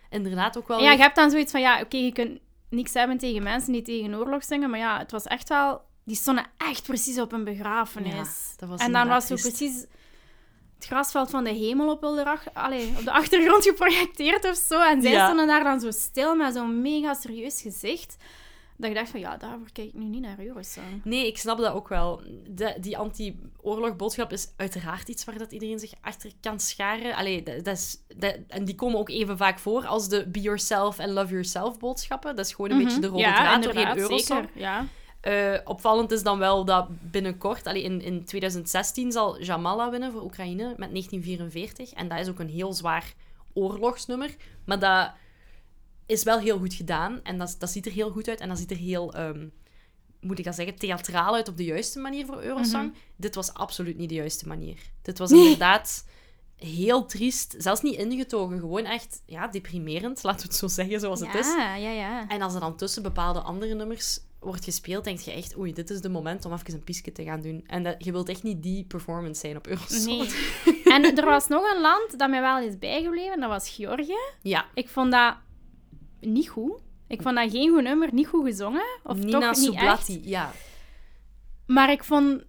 Inderdaad ook wel.
En ja,
weer-
je hebt dan zoiets van, ja, oké, je kunt niks hebben tegen mensen die tegen oorlog zingen, maar ja, het was echt wel... Die stonden echt precies op een begrafenis.
Ja, dat was
en dan
inderdaad
was zo
triest.
precies het grasveld van de hemel op, de, ach- allee, op de achtergrond geprojecteerd of zo. En zij
Ja.
stonden daar dan zo stil met zo'n mega serieus gezicht. Dat ik dacht van, ja, daarvoor kijk ik nu niet naar Eurosong.
Nee, ik snap dat ook wel. De, die anti-oorlogboodschap is uiteraard iets waar dat iedereen zich achter kan scharen. Allee, dat, dat is, dat- en die komen ook even vaak voor als de be yourself en love yourself boodschappen. Dat is gewoon een beetje de rode draad doorheen Eurosong.
Mhm. zeker. Ja.
Eh, opvallend is dan wel dat binnenkort, allee, in, in 2016, zal Jamala winnen voor Oekraïne met 1944. En dat is ook een heel zwaar oorlogsnummer. Maar dat is wel heel goed gedaan. En dat, dat ziet er heel goed uit. En dat ziet er heel, ehm, moet ik dat zeggen, theatraal uit op de juiste manier voor Eurosong. Dit was absoluut niet de juiste manier. Dit was inderdaad heel triest. Zelfs niet ingetogen. Gewoon echt ja, deprimerend, laten we het zo zeggen zoals het is.
ja, ja, ja.
En als er dan tussen bepaalde andere nummers wordt gespeeld, denk je echt, oei, dit is de moment om even een piesje te gaan doen. En dat, je wilt echt niet die performance zijn op Eurosong.
Nee. En er was nog een land dat mij wel is bijgebleven, en dat was Georgië.
Ja,
Ik vond dat niet goed. Ik vond dat geen goed nummer, niet goed gezongen. Of
Nina
toch niet echt.
Sublati, ja.
Maar ik vond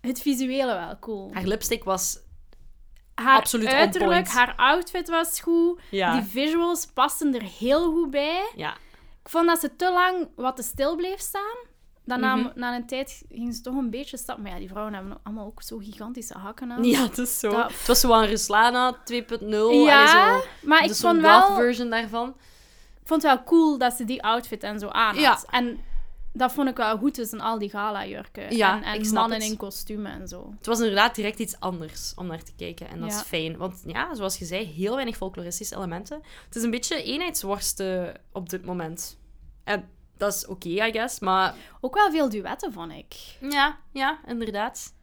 het visuele wel cool.
Haar lipstick was...
Haar
absoluut on
uiterlijk,
point.
haar outfit was goed.
Ja.
Die visuals pasten er heel goed bij.
Ja,
Ik vond dat ze te lang wat te stil bleef staan. Dan na,
Mhm.
na een tijd ging ze toch een beetje stappen. Maar ja, die vrouwen hebben allemaal ook zo gigantische hakken aan.
ja het is zo.
Oh. Dat-
Het was zo aan Ruslana 2.0.
Ja,
allee, zo, Dus
maar ik
de
vond
Son
wel...
Goth version daarvan.
Ik vond het wel cool dat ze die outfit en zo aan had.
Ja.
En dat vond ik wel goed tussen al die gala-jurken.
Ja,
en en
ik snap
mannen
het.
in kostuumen en zo.
Het was inderdaad direct iets anders om naar te kijken. En dat is
Ja.
fijn. Want ja, zoals je zei, heel weinig folkloristische elementen. Het is een beetje eenheidsworsten op dit moment. En dat is oké, I guess. Maar
Ook wel veel duetten, vond ik.
Ja, ja, inderdaad.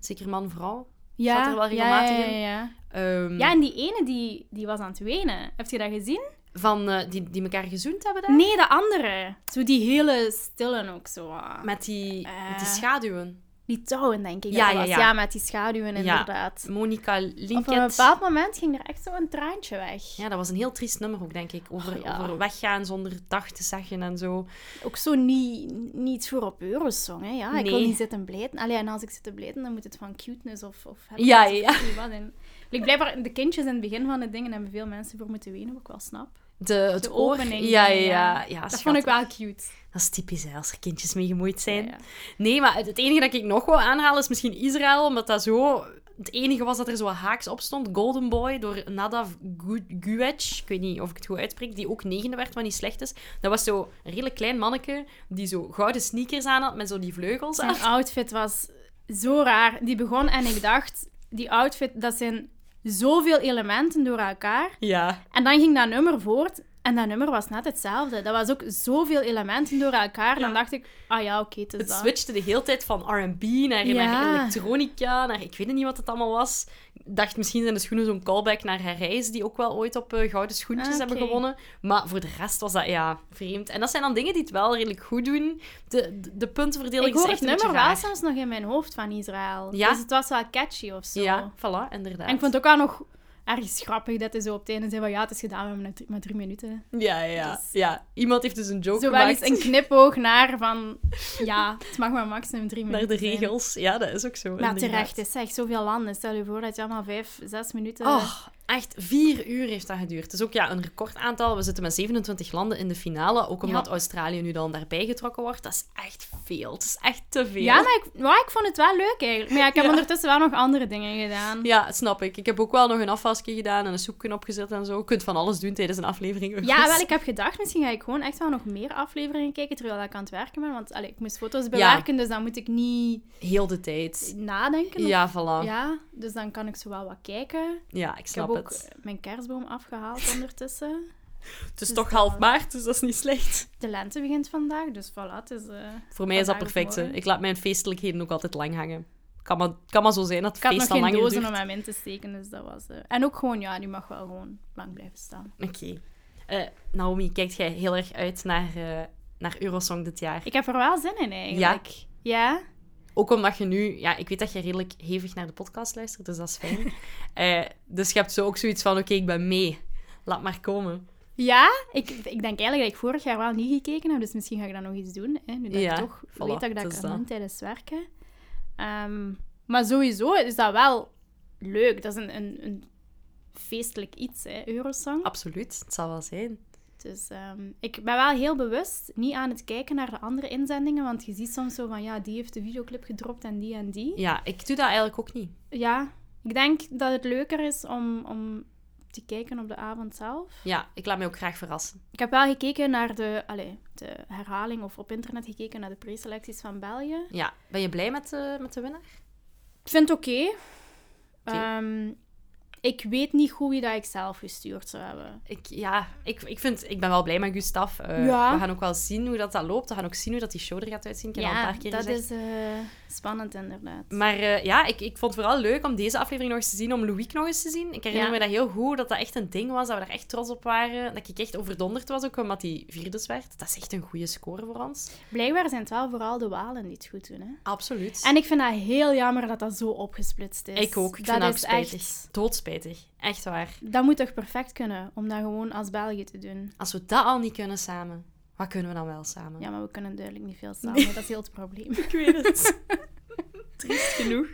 Zeker man-vrouw.
Ja,
Zat er wel regelmatig
ja, ja,
in.
ja, ja.
Ehm,
Ja, en die ene die, die was aan het wenen. Heb je dat gezien?
Van eh, die, die elkaar gezoend hebben daar.
Nee, de andere. Zo die hele stille ook zo. ah.
Met, die, met die
Eh.
schaduwen.
Die touwen, denk ik.
Ja,
dat
ja,
was.
ja.
met die schaduwen,
Ja.
inderdaad.
Monica
Op een
Linkett.
bepaald moment ging er echt zo een traantje weg.
Ja, dat was een heel triest nummer ook, denk ik. Over,
Oh, ja.
over weggaan zonder dag te zeggen en zo.
Ook zo niet, niet voor op Eurosong, hè. Ja, ik wil
Nee.
niet zitten bleten. Allee, en als ik zit te bleten, dan moet het van cuteness of... of happiness
Ja,
of
ja, ja.
ik weet wat. En, like, blijkbaar, de kindjes in het begin van de dingen hebben veel mensen voor moeten wenen, wat ik wel snap.
De, het
De
oor.
opening. eh,
Ja, ja, ja. ja
dat
schat.
vond ik wel cute.
Dat is typisch, hè, als er kindjes mee gemoeid zijn.
Ja, ja.
Nee, maar het, het enige dat ik nog wil aanhalen is misschien Israël, omdat dat zo... Het enige was dat er zo haaks op stond. Golden Boy door Nadav Gu- Guetsch. Ik weet niet of ik het goed uitspreek. Die ook negende werd, wat niet slecht is. Dat was zo een redelijk klein manneke die zo gouden sneakers aan had met zo die vleugels. aan.
Zijn outfit was zo raar. Die begon en ik dacht, die outfit, dat zijn zoveel elementen door elkaar.
Ja.
En dan ging dat nummer voort en dat nummer was net hetzelfde. Dat was ook zoveel elementen door elkaar. Dan dacht ik, ah ja, oké, het is
Het
dat.
switchte de hele tijd van R&B naar,
Ja.
naar elektronica, naar ik weet niet wat het allemaal was. Ik dacht, misschien zijn de schoenen zo'n callback naar haar reis, die ook wel ooit op eh, gouden schoentjes
Ah,
hebben
oké.
gewonnen. Maar voor de rest was dat, ja, vreemd. En dat zijn dan dingen die het wel redelijk goed doen. De, de, de puntenverdeling
Ik hoor
is
het
echt
nummer
een
wel
beetje
soms nog in mijn hoofd van Israël.
Ja?
Dus het was wel catchy of zo.
raar. Ja, voilà, inderdaad.
En ik vond het ook wel nog ergens grappig dat hij zo op het einde zei van ja, het is gedaan, we hebben het maar drie minuten.
Ja, ja,
Dus-
ja. Iemand heeft dus een joke
Zo wel
gemaakt
eens een knipoog naar van ja, het mag maar maximum drie
naar
minuten
de
zijn.
regels. Ja, dat is ook zo.
Maar
inderdaad.
terecht, het is echt zoveel landen. Stel je voor dat je allemaal vijf, zes minuten...
Oh, echt vier uur heeft dat geduurd. Het is ook ja, een recordaantal. We zitten met 27 landen in de finale. Ook omdat
Ja.
Australië nu dan daarbij getrokken wordt. Dat is echt veel. Het is echt te veel.
ja, maar ik, maar ik vond het wel leuk eigenlijk. Maar ja, ik heb
Ja.
ondertussen wel nog andere dingen gedaan.
Ja, snap ik. Ik heb ook wel nog een afwasje gedaan en een soepje opgezet en zo. Je kunt van alles doen tijdens een aflevering. Dus
Ja, wel, ik heb gedacht, misschien ga ik gewoon echt wel nog meer afleveringen kijken terwijl ik aan het werken ben. Want allee, ik moest foto's bewerken, dus dan moet ik niet
Heel de tijd.
nadenken. of-
Ja, voilà. Ja,
Ja, dus dan kan ik zo wel wat kijken.
ik
Ik heb
snap
ook
het.
mijn kerstboom afgehaald ondertussen.
Het is
dus
toch
dat-
half maart, dus dat is niet slecht.
De lente begint vandaag, dus voilà, het is... eh,
Voor mij is dat
vandaag of
perfect. hè.
morgen.
Ik laat mijn feestelijkheden ook altijd lang hangen. Kan maar, kan maar zo zijn dat het
Ik had
feest
nog
dan
geen
langer
dozen
duurt.
om hem in te steken, dus dat was... eh, en ook gewoon, ja, die mag wel gewoon lang blijven staan.
Oké. Eh, Naomi, kijkt jij heel erg uit naar, eh, naar Eurosong dit jaar?
Ik heb er wel zin in, eigenlijk. Ja?
Ook omdat je nu... Ja, ik weet dat je redelijk hevig naar de podcast luistert, dus dat is fijn. Eh, dus je hebt zo ook zoiets van, oké, ik ben mee. Laat maar komen.
Ja, ik, ik denk eigenlijk dat ik vorig jaar wel niet gekeken heb, dus misschien ga ik dat nog eens doen. Hè, nu dat
Ja,
ik toch
voilà,
weet dat ik dat
het is
kan
dat.
doen tijdens werken. Ehm, maar sowieso is dat wel leuk. Dat is een, een, een feestelijk iets, hè, Eurosong.
Absoluut, het zal wel zijn.
Dus ehm, ik ben wel heel bewust niet aan het kijken naar de andere inzendingen, want je ziet soms zo van, ja, die heeft de videoclip gedropt en die en die.
Ja, ik doe dat eigenlijk ook niet.
Ja, ik denk dat het leuker is om, om te kijken op de avond zelf.
Ja, ik laat mij ook graag verrassen.
Ik heb wel gekeken naar de, allee, de herhaling of op internet gekeken naar de preselecties van België.
Ja, ben je blij met de, met de winnaar?
Ik vind het oké.
Oké.
Ehm, ik weet niet goed wie dat ik zelf gestuurd zou hebben.
Ik, ja, ik, ik, vind, ik ben wel blij met Gustaf. Eh,
Ja.
We gaan ook wel zien hoe dat, dat loopt. We gaan ook zien hoe dat die show er gaat uitzien. Ik heb al een paar keer
dat
gezegd.
is eh, spannend inderdaad.
Maar eh, ja, ik, ik vond het vooral leuk om deze aflevering nog eens te zien, om Louis nog eens te zien. Ik herinner
Ja.
me dat heel goed, dat dat echt een ding was, dat we daar echt trots op waren. Dat ik echt overdonderd was, ook omdat hij vierdes werd. Dat is echt een goede score voor ons.
Blijkbaar zijn het wel vooral de Walen die het goed doen. Hè?
Absoluut.
En ik vind dat heel jammer dat dat zo opgesplitst is.
ik ook. Ik
dat
vind dat ook
is
spijtig.
echt...
Doodspijtig. Echt waar.
Dat moet toch perfect kunnen, om dat gewoon als België te doen.
Als we dat al niet kunnen samen, wat kunnen we dan wel samen?
Ja, maar we kunnen duidelijk niet veel samen, dat is heel het probleem.
Ik weet het. Triest genoeg.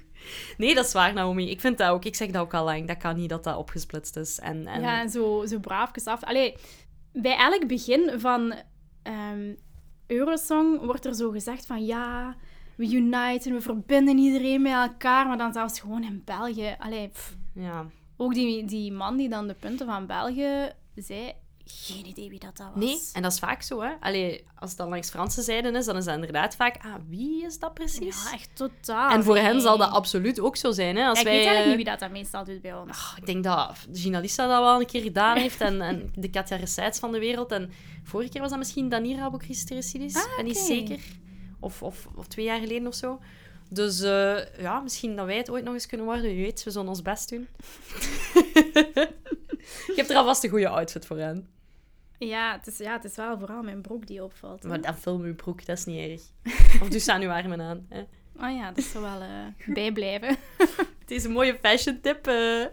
Nee, dat is waar, Naomi. Ik vind dat ook. Ik zeg dat ook al lang. Dat kan niet dat dat opgesplitst is. En, en...
Ja, en zo, zo braafjes af. Allee, bij elk begin van ehm, Eurosong wordt er zo gezegd van ja, we uniten, we verbinden iedereen met elkaar, maar dan zelfs gewoon in België. Allee, pff.
ja.
ook die, die man die dan de punten van België zei, geen idee wie dat, dat was.
Nee, en dat is vaak zo, hè. Allee, als het dan langs Franse zijden is, dan is dat inderdaad vaak... Ah, wie is dat precies?
Ja, echt totaal.
en voor hen
nee.
zal dat absoluut ook zo zijn, hè. Als
Ja, ik
wij,
weet eigenlijk
eh,
niet wie dat, dat meestal doet bij ons.
Ah, Ik denk dat de journalista dat wel een keer gedaan heeft en, en de Katja Recites van de wereld. En vorige keer was dat misschien Danira Bokristirisidis,
Ah,
ben niet
oké.
zeker. Of, of, of twee jaar geleden of zo. Dus eh, ja, misschien dat wij het ooit nog eens kunnen worden. Wie weet, we zullen ons best doen. Ik heb er alvast een goede outfit voor aan.
Ja, het is, ja, het is wel vooral mijn broek die opvalt. hè.
Maar dan film uw broek, dat is niet erg. Of doe ze aan uw armen aan. Hè.
Oh ja, dat zou wel eh, bijblijven.
Deze mooie fashion tip eh,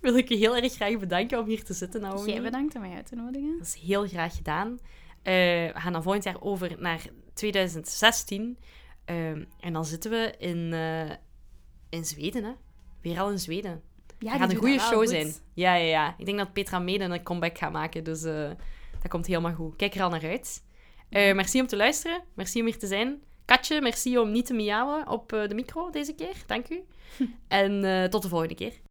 wil ik je heel erg graag bedanken om hier te zitten, Naomi.
Jij bedankt om mij uit te nodigen.
Dat is heel graag gedaan. Eh, we gaan dan volgend jaar over naar 2016. Ehm, en dan zitten we in, eh, in Zweden, hè. Weer al in Zweden.
Ja,
Het
die
gaat een
doet
goede
dat
show
wel
zijn.
goed.
Ja, ja, ja. Ik denk dat Petra Meden een comeback gaat maken. Dus eh, dat komt helemaal goed. Kijk er al naar uit. Eh, merci om te luisteren. Merci om hier te zijn. Katje, merci om niet te miauwen op eh, de micro deze keer. Dank u. en eh, tot de volgende keer.